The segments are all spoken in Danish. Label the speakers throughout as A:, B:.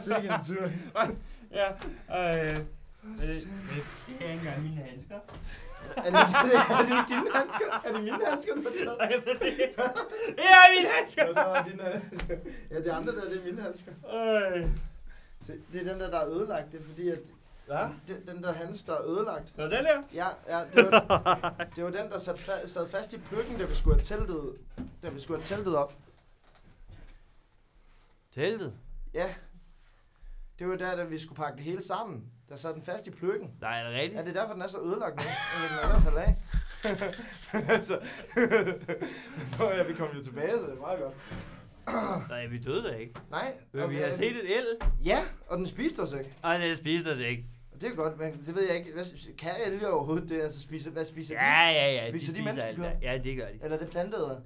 A: Sikke en tur.
B: ja, og øh, øh, øh, det er ikke engang mine handsker.
C: Er det, er, det, er det dine handsker? Er det mine handsker, du har taget?
B: Og jeg ved det ikke. Det er mine handsker!
C: Ja, der var dine handsker. Ja, det andre der, det er mine handsker.
B: Øh,
C: Se, det er den der, der er ødelagt. Det er fordi, at
B: hvad?
C: den, den der hans, der er ødelagt.
B: Nå, den der?
C: Ja, ja det, var, det var den, der sat fa- sad fast i pløkken, da vi skulle have teltet, da vi skulle have teltet op.
A: Teltet?
C: Ja. Det var der, da vi skulle pakke det hele sammen. Der sad den fast i pløkken.
A: Nej, er det rigtigt?
C: Ja, det er derfor, den er så ødelagt nu. Eller den er i hvert fald af. altså, Nå, ja, vi kom jo tilbage, så det er meget godt.
A: Nej, vi døde da ikke.
C: Nej.
A: Men
C: og-
A: vi har set et el,
C: Ja, og den spiste os ikke.
A: og den spiste os ikke.
C: Og det er godt, men det ved jeg ikke. Hvad, kan elge overhovedet det? Altså, spise, hvad spiser
A: Ja,
C: de?
A: ja, ja.
C: Spiser de
A: alt
C: menneskekød?
A: der. Ja, det gør de.
C: Eller er det planteæder?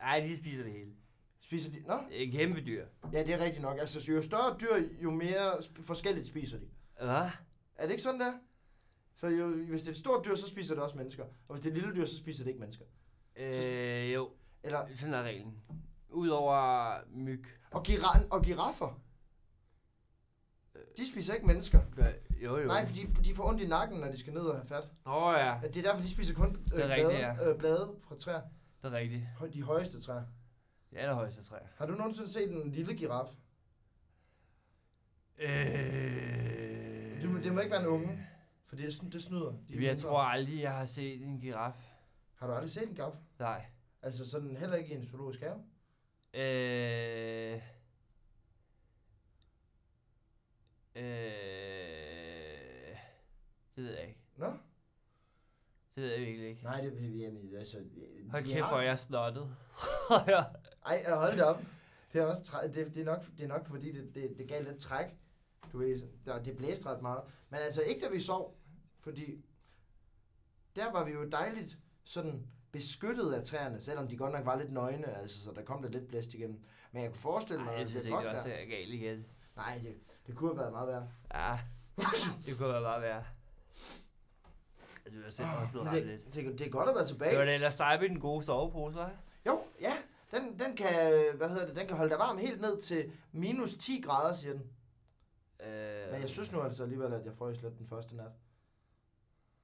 A: Nej, de spiser det hele.
C: Spiser de? Nå,
A: Det er kæmpe dyr.
C: ja, det er rigtigt nok. Altså, jo større dyr, jo mere sp- forskelligt spiser de.
A: Hvad?
C: Er det ikke sådan der? Så jo, hvis det er et stort dyr, så spiser det også mennesker. Og hvis det er et lille dyr, så spiser det ikke mennesker.
A: Øh, jo.
C: Eller,
A: Sådan er reglen. Udover myg.
C: og, giran, og giraffer. De spiser ikke mennesker.
A: Gør, jo, jo.
C: Nej, for de, de får ondt i nakken, når de skal ned og have fat.
A: Åh oh, ja,
C: Ja, Det er derfor, de spiser kun øh,
A: Det er
C: blade,
A: rigtigt, ja.
C: øh, blade fra træer.
A: det er rigtigt.
C: Hø- De højeste træer.
A: Det er allerhøjeste træer.
C: Har du nogensinde set en lille giraf?
A: Øh...
C: Det må, det må ikke være en unge, for det, er sn- det snyder. De er
A: Jamen, jeg
C: mindre.
A: tror aldrig, jeg har set en giraf.
C: Har du aldrig set en giraf?
A: Nej.
C: Altså sådan heller ikke i en zoologisk have?
A: Øh... Øh... Det ved jeg ikke.
C: Nå?
A: Det ved jeg virkelig ikke.
C: Nej, det vil vi ikke. Altså, vi-
A: Hold
C: vi
A: kæft,
C: har-
A: hvor er jeg snottet. ja.
C: Ej, øh, hold da op. Det er, også træ... det, det, er nok, det er nok fordi, det, det, det gav lidt træk. Du ved, sådan- der, det blæste ret meget. Men altså ikke, da vi sov, fordi der var vi jo dejligt sådan beskyttet af træerne, selvom de godt nok var lidt nøgne, altså, så der kom der lidt blæst igennem. Men jeg kunne forestille mig,
A: Ej,
C: at
A: jeg
C: det
A: synes
C: blev
A: ikke,
C: godt
A: det var
C: der.
A: så galt igen.
C: Nej, det, det kunne have været meget værre.
A: Ja, det kunne være bare være. Du har selv også blevet
C: Men
A: ramt lidt.
C: det, det, det er godt at være tilbage.
A: Det var da ellers dig med den gode sovepose, hva'?
C: Jo, ja. Den, den, kan, hvad hedder det, den kan holde dig varm helt ned til minus 10 grader, siger den.
A: Øh,
C: Men jeg synes nu altså alligevel, at jeg frøs lidt den første nat.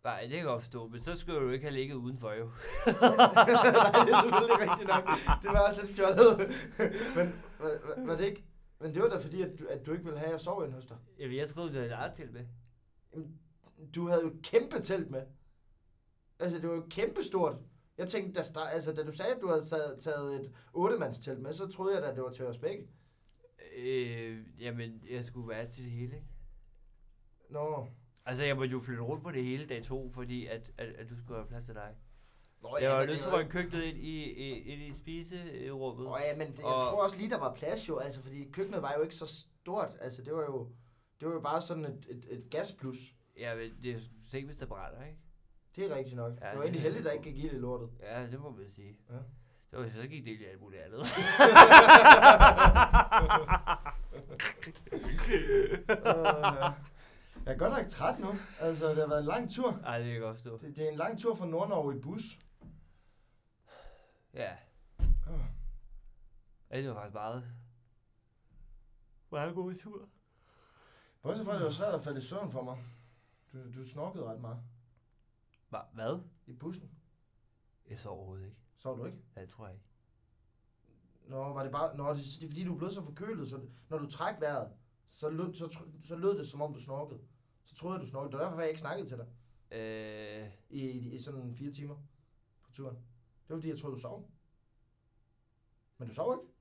A: Nej, det kan jeg godt forstå, men så skulle du ikke have ligget udenfor jo.
C: Nej, det er selvfølgelig rigtigt nok. Det var også lidt fjollet. Men var, var, var det ikke... Men det var da fordi, at du, at du ikke ville have, at jeg sov ind hos dig.
A: Jamen, jeg troede, du havde lejet til med.
C: Jamen, Du havde jo et kæmpe telt med. Altså, det var jo kæmpestort. Jeg tænkte, da, sta- altså, da du sagde, at du havde sa- taget et 8-mandstelt med, så troede jeg da, at det var til os begge.
A: Øh, jamen, jeg skulle være til det hele, ikke?
C: Nå.
A: Altså, jeg måtte jo flytte rundt på det hele dag to, fordi at, at, at du skulle have plads til dig.
C: Nå,
A: jeg
C: ja,
A: var
C: men
A: nødt
C: det
A: til at
C: er jo-
A: rykke køkkenet ind i, i, ind i spiserummet.
C: Åh ja, men det, jeg
A: Og-
C: tror også lige, der var plads jo, altså, fordi køkkenet var jo ikke så stort. Altså, det var jo, det var jo bare sådan et, et, et gasplus.
A: Ja, men det er jo sent, hvis der brænder, ikke?
C: Det er rigtigt nok.
A: Ja,
C: Ja, det
A: det
C: var egentlig
A: er
C: heldigt, der
A: rigtigt.
C: ikke gik ild i lortet.
A: Ja, det må man sige.
C: Ja.
A: Det var så gik det i alt muligt andet.
C: Øh, jeg er godt nok træt nu. Altså, det har været en lang tur.
A: Ej, det kan jeg godt forstå.
C: Det, det er en lang tur fra Nordnorge i bus.
A: Ja. Ah.
C: Åh.
A: Ja, det var faktisk meget... Meget god tur.
C: Bortset fra, at det var svært at falde i søvn for mig. Du, du snorkede ret meget
A: Hva- Hvad?
C: i bussen.
A: Jeg sov overhovedet ikke.
C: Sov du ikke?
A: Ja, det tror jeg ikke.
C: Nå, var det bare... Nå, det, det er fordi, du blev så forkølet, så når du træk vejret, så lød, så, tr- så lød det, som om du snorkede. Så troede jeg, du snorkede. Det var derfor, jeg ikke snakkede til dig
A: Øh,
C: i, i, i sådan fire timer på turen. Det var fordi, jeg troede, du sov. Men du sov ikke?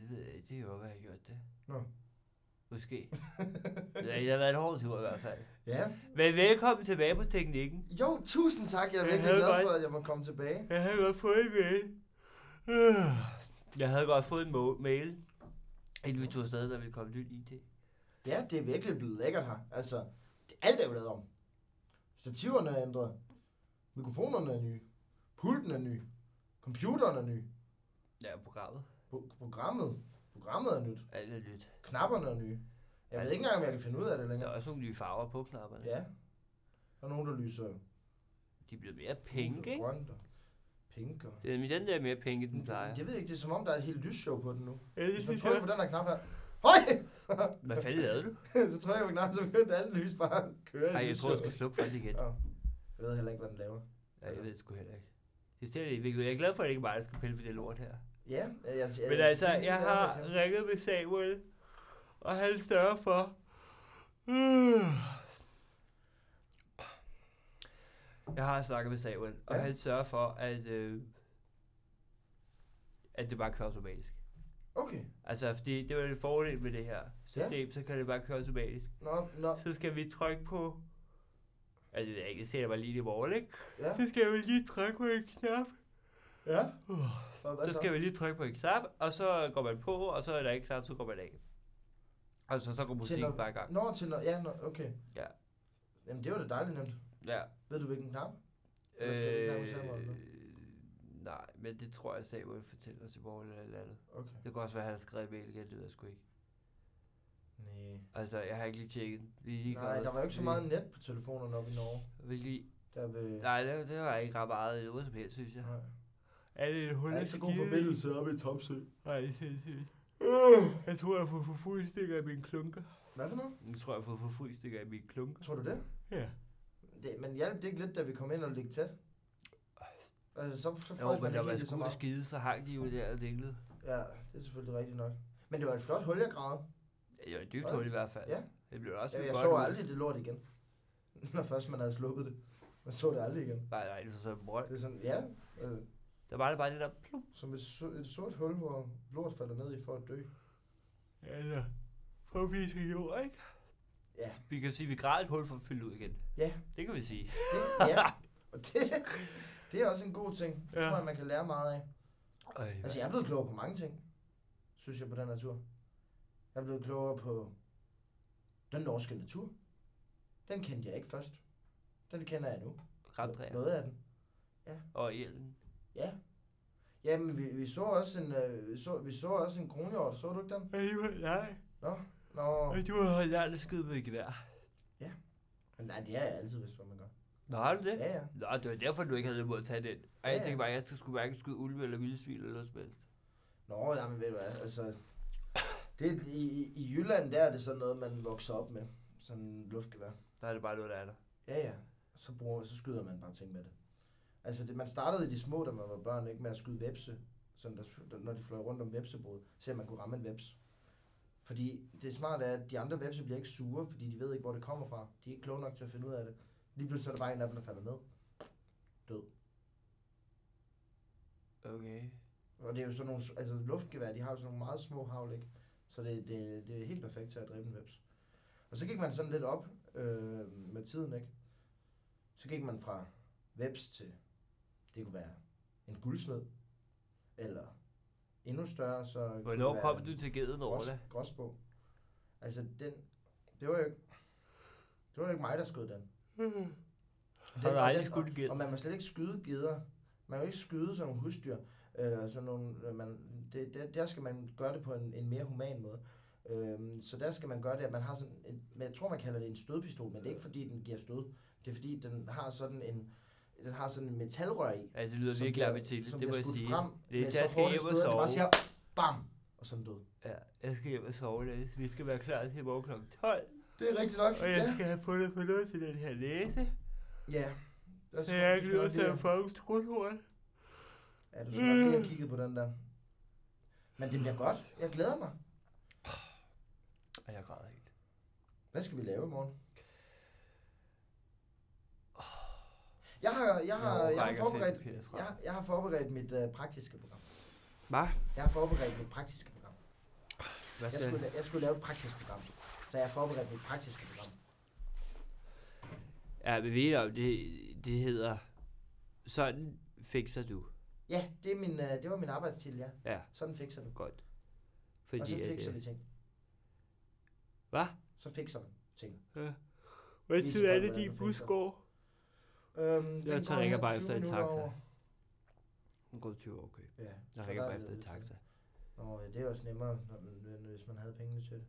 A: det ved jeg ikke. Det kan godt være, jeg har gjort det.
C: Nå.
A: Måske. Ja, det har været en hård tur i hvert fald.
C: Ja.
A: Men velkommen tilbage på teknikken.
C: Jo, tusind tak. Jeg er
A: Ja,
C: virkelig
A: det er
C: glad
A: godt.
C: for, at jeg må komme tilbage.
A: Jeg havde godt fået en mail. Øh, Jeg havde godt fået en mo- mail. Inden vi tog afsted, der ville komme nyt ID.
C: Ja, det er virkelig blevet lækkert her. Altså, det- alt er jo lavet om. Stativerne er ændret. Mikrofonerne er nye. Pulten er ny. Computeren er ny.
A: Ja, programmet.
C: Pro- programmet. Programmet er nyt.
A: Alt er nyt.
C: Knapperne er nye. Jeg ved
A: Altså-
C: ikke engang, om jeg kan finde ud af det
A: Der er
C: længere.
A: også nogle nye farver på knapperne.
C: Ja. Der er nogen, der lyser
A: De er blevet mere pink,
C: gult og
A: ikke?
C: grønt og Pinker.
A: Den, men den der er mere penge, den plejer.
C: Jeg ved ikke, det er som om, der er et helt lysshow på den nu.
B: Ja, det
C: Hvis man
B: synes
C: trykker
B: jeg.
C: på den her knap her. Høj!
A: Hvad fanden lavede du?
C: så trykker jeg på knappen, så begyndte alle lys bare at køre.
A: Nej, jeg
C: i
A: tror, jeg
C: lysshowet.
A: skal slukke for det igen.
C: Nå. Jeg ved heller ikke, hvad den laver.
A: Nej, jeg ved det sgu heller ikke. Det er stadig virkelig. Jeg er glad for, at det ikke er mig, der skal pille ved det lort her.
C: Ja, jeg, jeg,
A: Men
C: skal
A: altså,
C: tænke lige,
A: jeg
C: hvad
A: har
C: der kan.
A: ringet med Samuel, og han sørger for... Øh. Jeg har snakket med Samuel, og
C: Ja.
A: han sørger for, at, øh, at det bare kører automatisk.
C: Okay.
A: Altså, fordi det var en fordel med det her system, så kan det bare køre automatisk.
C: Nå, nå,
A: Så skal vi trykke på... Altså, det ved jeg ikke, jeg ser det bare lige i morgen, ikke?
C: ja.
A: Så skal vi lige trykke på en knap.
C: Ja. Og hvad
A: Så skal vi lige trykke på en knap, og så går man på, og så er der ikke knap, så går man af. Altså, så går musikken
C: Tænder-
A: bare i gang.
C: Nå, til noget. Ja, nå, okay.
A: Ja.
C: Jamen, det var da dejligt nemt.
A: Ja.
C: Ved du, hvilken knap? Eller skal vi snakke med Samuel nu?
A: Øh, nej, men det tror jeg, Samuel fortæller os i morgen eller et eller andet.
C: Okay.
A: Det kan også være, at han har skrevet en mail igen, det ved jeg sgu ikke.
C: Nej.
A: Altså, jeg har ikke lige tjekket. den. Vi er lige
C: Nej,
A: kommet-
C: der var jo ikke så
A: vi-
C: meget net på telefonerne oppe i Norge.
A: Vi lige...
C: Der ved...
A: Nej, det, det var ikke ret meget noget som helst, synes jeg.
C: Nej.
A: Er det en hul
C: Der er ikke så god forbindelse oppe i Topsø.
A: Nej, det er sindssygt.
C: Øh.
A: Jeg tror, jeg får for fuld stikker i mine klunker.
C: Hvad for noget?
A: Jeg tror, jeg får for fuld stikker i mine klunker.
C: Tror du det?
A: Ja.
C: det men hjalp det ikke lidt, da vi kom ind og ligge tæt? Altså, så, så
A: Jo,
C: frøs
A: men
C: man
A: der
C: ikke
A: var
C: helt så
A: skud og
C: meget.
A: skide, så hang de jo der og dinglede.
C: Ja, det er selvfølgelig rigtigt nok. Men det var et flot hul, jeg græd.
A: Ja, det var et dybt
C: Var det?
A: hul i hvert fald.
C: Ja.
A: Det blev også
C: Jeg,
A: et
C: jeg
A: godt
C: så
A: hul.
C: aldrig det lort igen. Når først man havde sluppet det. Man så det aldrig igen.
A: Nej, nej, det var sådan en brønd.
C: Det er sådan, ja, øh,
A: Der var det bare det der plum.
C: som et, so- et sort hul, hvor lort falder ned i for at dø.
A: Ja, ja. Prøv at vise jord, ikke?
C: Ja.
A: Vi kan sige, at vi græd et hul for at fylde ud igen.
C: Ja.
A: Det kan vi sige.
C: Det, ja. Og det, det er også en god ting. Det
A: Ja.
C: tror jeg, man kan lære meget af.
A: Øj,
C: Altså, jeg er blevet klogere på mange ting, synes jeg, på den her tur. Jeg er blevet klogere på den norske natur. Den kendte jeg ikke først. Den kender jeg nu.
A: Græntræer.
C: Noget af den.
A: Og elden.
C: Ja. Jamen, vi, vi så også en, øh, vi så, vi så også en kronhjort. Så du ikke den?
A: Alligevel, nej.
C: Nå,
A: Og du har lært at skyde med et gevær.
C: men nej, det har jeg altid vidst, hvad man gør.
A: Nå, har du det?
C: Ja, ja.
A: Nå, det var derfor, du ikke havde mod at tage den. Og jeg
C: Ja.
A: tænkte bare, at jeg skulle sgu hverken skyde ulve eller vildsvin eller noget som helst.
C: Nå, nej, men ved du hvad, altså... Det, i, i- I Jylland, der er det sådan noget, man vokser op med. Sådan en luftgevær.
A: Der er det bare noget, der er der.
C: Ja, ja. Så, bruger, så skyder man bare ting med det. Altså, det, man startede i de små, da man var børn, ikke med at skyde vepse. Sådan der, når de fløj rundt om vepsebordet, så man kunne ramme en veps. Fordi det smarte er, at de andre vepse bliver ikke sure, fordi de ved ikke, hvor det kommer fra. De er ikke kloge nok til at finde ud af det. Lige pludselig er der bare en af dem, der falder ned.
A: Okay.
C: Og det er jo sådan nogle, altså luftgevær, de har jo sådan nogle meget små havl, ikke? Så det, det, det er helt perfekt til at dræbe en veps. Og så gik man sådan lidt op øh, med tiden, ikke? Så gik man fra veps til, det kunne være en guldsmed, eller endnu større, så... kunne det
A: Hvornår
C: være
A: kom
C: en
A: du til geden,
C: grås-
A: Orla?
C: Gråsbog. Altså, den, det var jo ikke, det var jo ikke mig, der skød den.
A: Har du
C: og
A: aldrig
C: den-
A: skudt en ged?
C: Og man må slet ikke skyde geder. Man må ikke skyde sådan nogle husdyr. Eller sådan nogle, øh, man, det, det, der skal man gøre det på en, en mere human måde. Øhm, så der skal man gøre det, at man har sådan en, men jeg tror man kalder det en stødpistol, men det er ikke fordi den giver stød. Det er fordi den har sådan en, den har sådan en metalrør i,
A: Ja, det lyder
C: som
A: virkelig
C: bliver-
A: appetitligt,
C: som
A: det må
C: bliver
A: jeg
C: skudt
A: sige.
C: frem
A: Det er
C: med
A: der, jeg
C: så
A: skal
C: hårdt
A: hjem
C: et
A: og
C: stød, at det bare
A: sove.
C: siger bam, og sådan død.
A: Ja, jeg skal hjem og sove, Lasse. Vi skal være klar til i morgen kl. 12,
C: Det er rigtigt nok.
A: og jeg
C: Ja.
A: skal have fundet på noget til den her læse.
C: ja. Der
A: Så jeg
C: du
A: ikke
C: skal
A: lyder
C: nok
A: til
C: lige-
A: at fange skruthorn.
C: Ja, du skal nok lige have kigget på den der. Men det bliver godt. Jeg glæder mig.
A: Og jeg græder helt.
C: Hvad skal vi lave i morgen? Jeg har, jeg har, jeg har forberedt, jeg, har- jeg har forberedt mit øh, praktiske program.
A: Hvad?
C: Jeg har forberedt mit praktiske program.
A: Hvad
C: Jeg
A: skal
C: skulle, la- jeg skulle lave et praktisk program, så jeg har forberedt mit praktiske program.
A: Ja, men ved du om det, det hedder... Sådan fikser du.
C: Ja, det, er min, øh, det var min arbejdstitel, ja.
A: Ja,
C: Sådan fikser du.
A: godt. Fordi
C: Og så fikser
A: at,
C: vi
A: øh,
C: ting.
A: Hvad?
C: Så fikser vi ting.
A: Ja. Hvad
C: Lige
A: tid
C: til
A: er
C: folk,
A: det,
C: hvordan
A: din
C: du
A: bus
C: fikser.
A: går?
C: Øhm, den
A: Jeg
C: går
A: tager ringer
C: her
A: bare
C: 20
A: efter en
C: minutter
A: taxa.
C: over.
A: Den går 20, okay.
C: Ja,
A: Jeg
C: så
A: ringer
C: der
A: bare
C: er
A: efter
C: lidt
A: en
C: udsigt.
A: taxa.
C: Nå, ja, det er også nemmere, når man, hvis man havde pengene til det.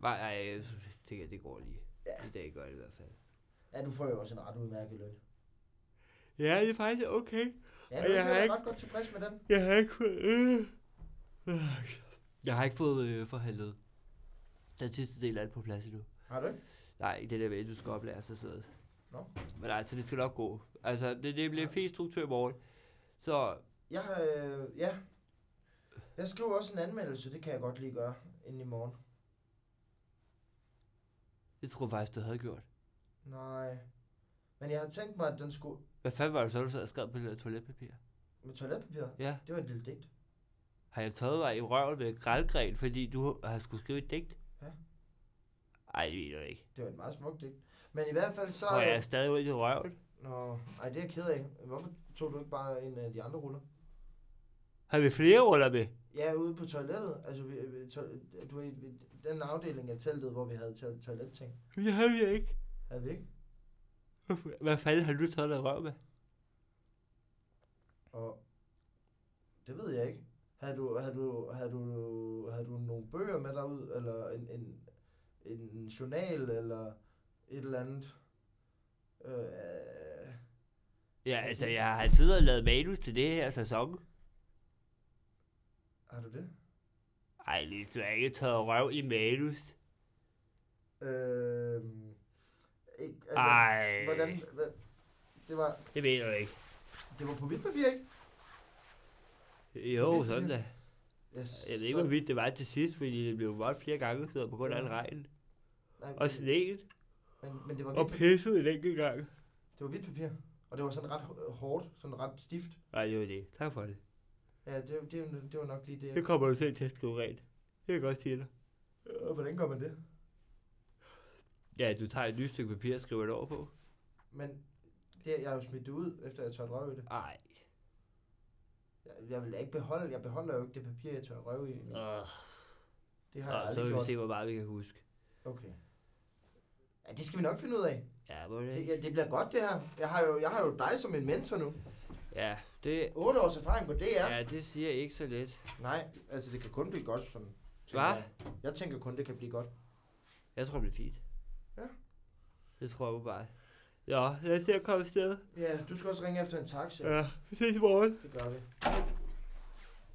A: Nej, nej, jeg tænker, at det går lige.
C: Ja.
A: I dag gør det i hvert fald.
C: Ja, du får jo også en ret udmærket løn.
A: Ja, det er faktisk okay.
C: Ja,
A: Og
C: det
A: jeg
C: er
A: har
C: jeg
A: ikke-
C: ret godt tilfreds med den.
A: Jeg har ikke fået... Øh. Øh. Jeg har ikke fået øh, forhandlet den sidste del af alt på plads endnu.
C: Har du ikke?
A: Nej, ikke det der med, at du skal oplære sig sådan.
C: Nå.
A: Men altså, det skal nok gå. Altså, det, det bliver
C: Ja.
A: fint struktur i morgen. Så
C: Jeg har, øh, ja. Jeg skriver også en anmeldelse, det kan jeg godt lige gøre inden i morgen.
A: det tror jeg faktisk, du havde gjort.
C: Nej. Men jeg havde tænkt mig, at den skulle
A: Hvad fanden var det så, du sad og skrev på det der toiletpapir?
C: med toiletpapir.
A: Ja.
C: Det var et lille digt.
A: Har jeg taget dig i røven med grælgren, fordi du har skulle skrive et digt?
C: Ja.
A: Ej, det ved du ikke.
C: Det var et meget smukt digt. Men i hvert fald så...
A: Og jeg er stadig ude i røven.
C: Nå, ej, det er jeg ked af. Hvorfor tog du ikke bare en af de andre ruller?
A: Har vi flere ruller med?
C: Ja, ude på toilettet. Altså, vi, vi, to, du, ved, vi, den afdeling af teltet, hvor vi havde to, toiletting.
A: Det har vi ikke.
C: Havde vi ikke?
A: Hvorfor- Hvad fanden har du taget dig i røven med?
C: Og det ved jeg ikke. Havde du, havde du, havde du, havde du nogle bøger med derud, eller en, en, en journal, eller et eller andet? Øh,
A: Ja, altså, jeg har siddet og lavet manus til det her sæson.
C: har du det?
A: Ej, Lis, du har ikke taget røv i manus.
C: Øh, ikke, altså,
A: Ej,
C: hvordan, hvad, det var,
A: det mener du ikke.
C: det var på hvidt papir, ikke?
A: Jo, sådan da.
C: Yes,
A: Jeg ved ikke, hvor vidt det var til sidst, fordi det blev meget flere gange sidder på grund af
C: Ja.
A: al regnen.
C: nej,
A: Og sneen.
C: men, men det var
A: Og pisset en enkelt gang.
C: Det var hvidt papir, og det var sådan ret h- hårdt, sådan ret stift.
A: Nej, det var det. Tak for det.
C: Ja, det, det, det var nok lige det.
A: Det kommer du selv til at skrive rent. Det kan jeg godt sige dig.
C: Øh, Hvordan gør man det?
A: Ja, du tager et nyt stykke papir og skriver det over på.
C: Men det, jeg har jo smidt det ud, efter jeg tørrede røv i det.
A: Ej.
C: Jeg, jeg vil da ikke beholde, jeg beholder jo ikke det papir, jeg tørrede røv i. nu.
A: Øh,
C: Det har jeg
A: og så
C: aldrig
A: vil vi
C: gjort.
A: se, hvor meget vi kan huske.
C: Okay. Ja, det skal vi nok finde ud af.
A: Ja, må det
C: Det,
A: ikke?
C: ja, det bliver godt, det her. Jeg har, jo, jeg har jo dig som en mentor nu.
A: Ja, det,
C: 8 års erfaring på DR. Ja.
A: ja, det siger ikke så lidt.
C: Nej, altså det kan kun blive godt. Sådan, tænker
A: Hva?
C: jeg. Jeg tænker kun, det kan blive godt.
A: Jeg tror, det bliver fint.
C: Ja.
A: Det tror jeg bare. Ja, lad os se at komme afsted.
C: Ja, du skal også ringe efter en taxa.
A: Ja, vi ses i morgen.
C: Det gør vi.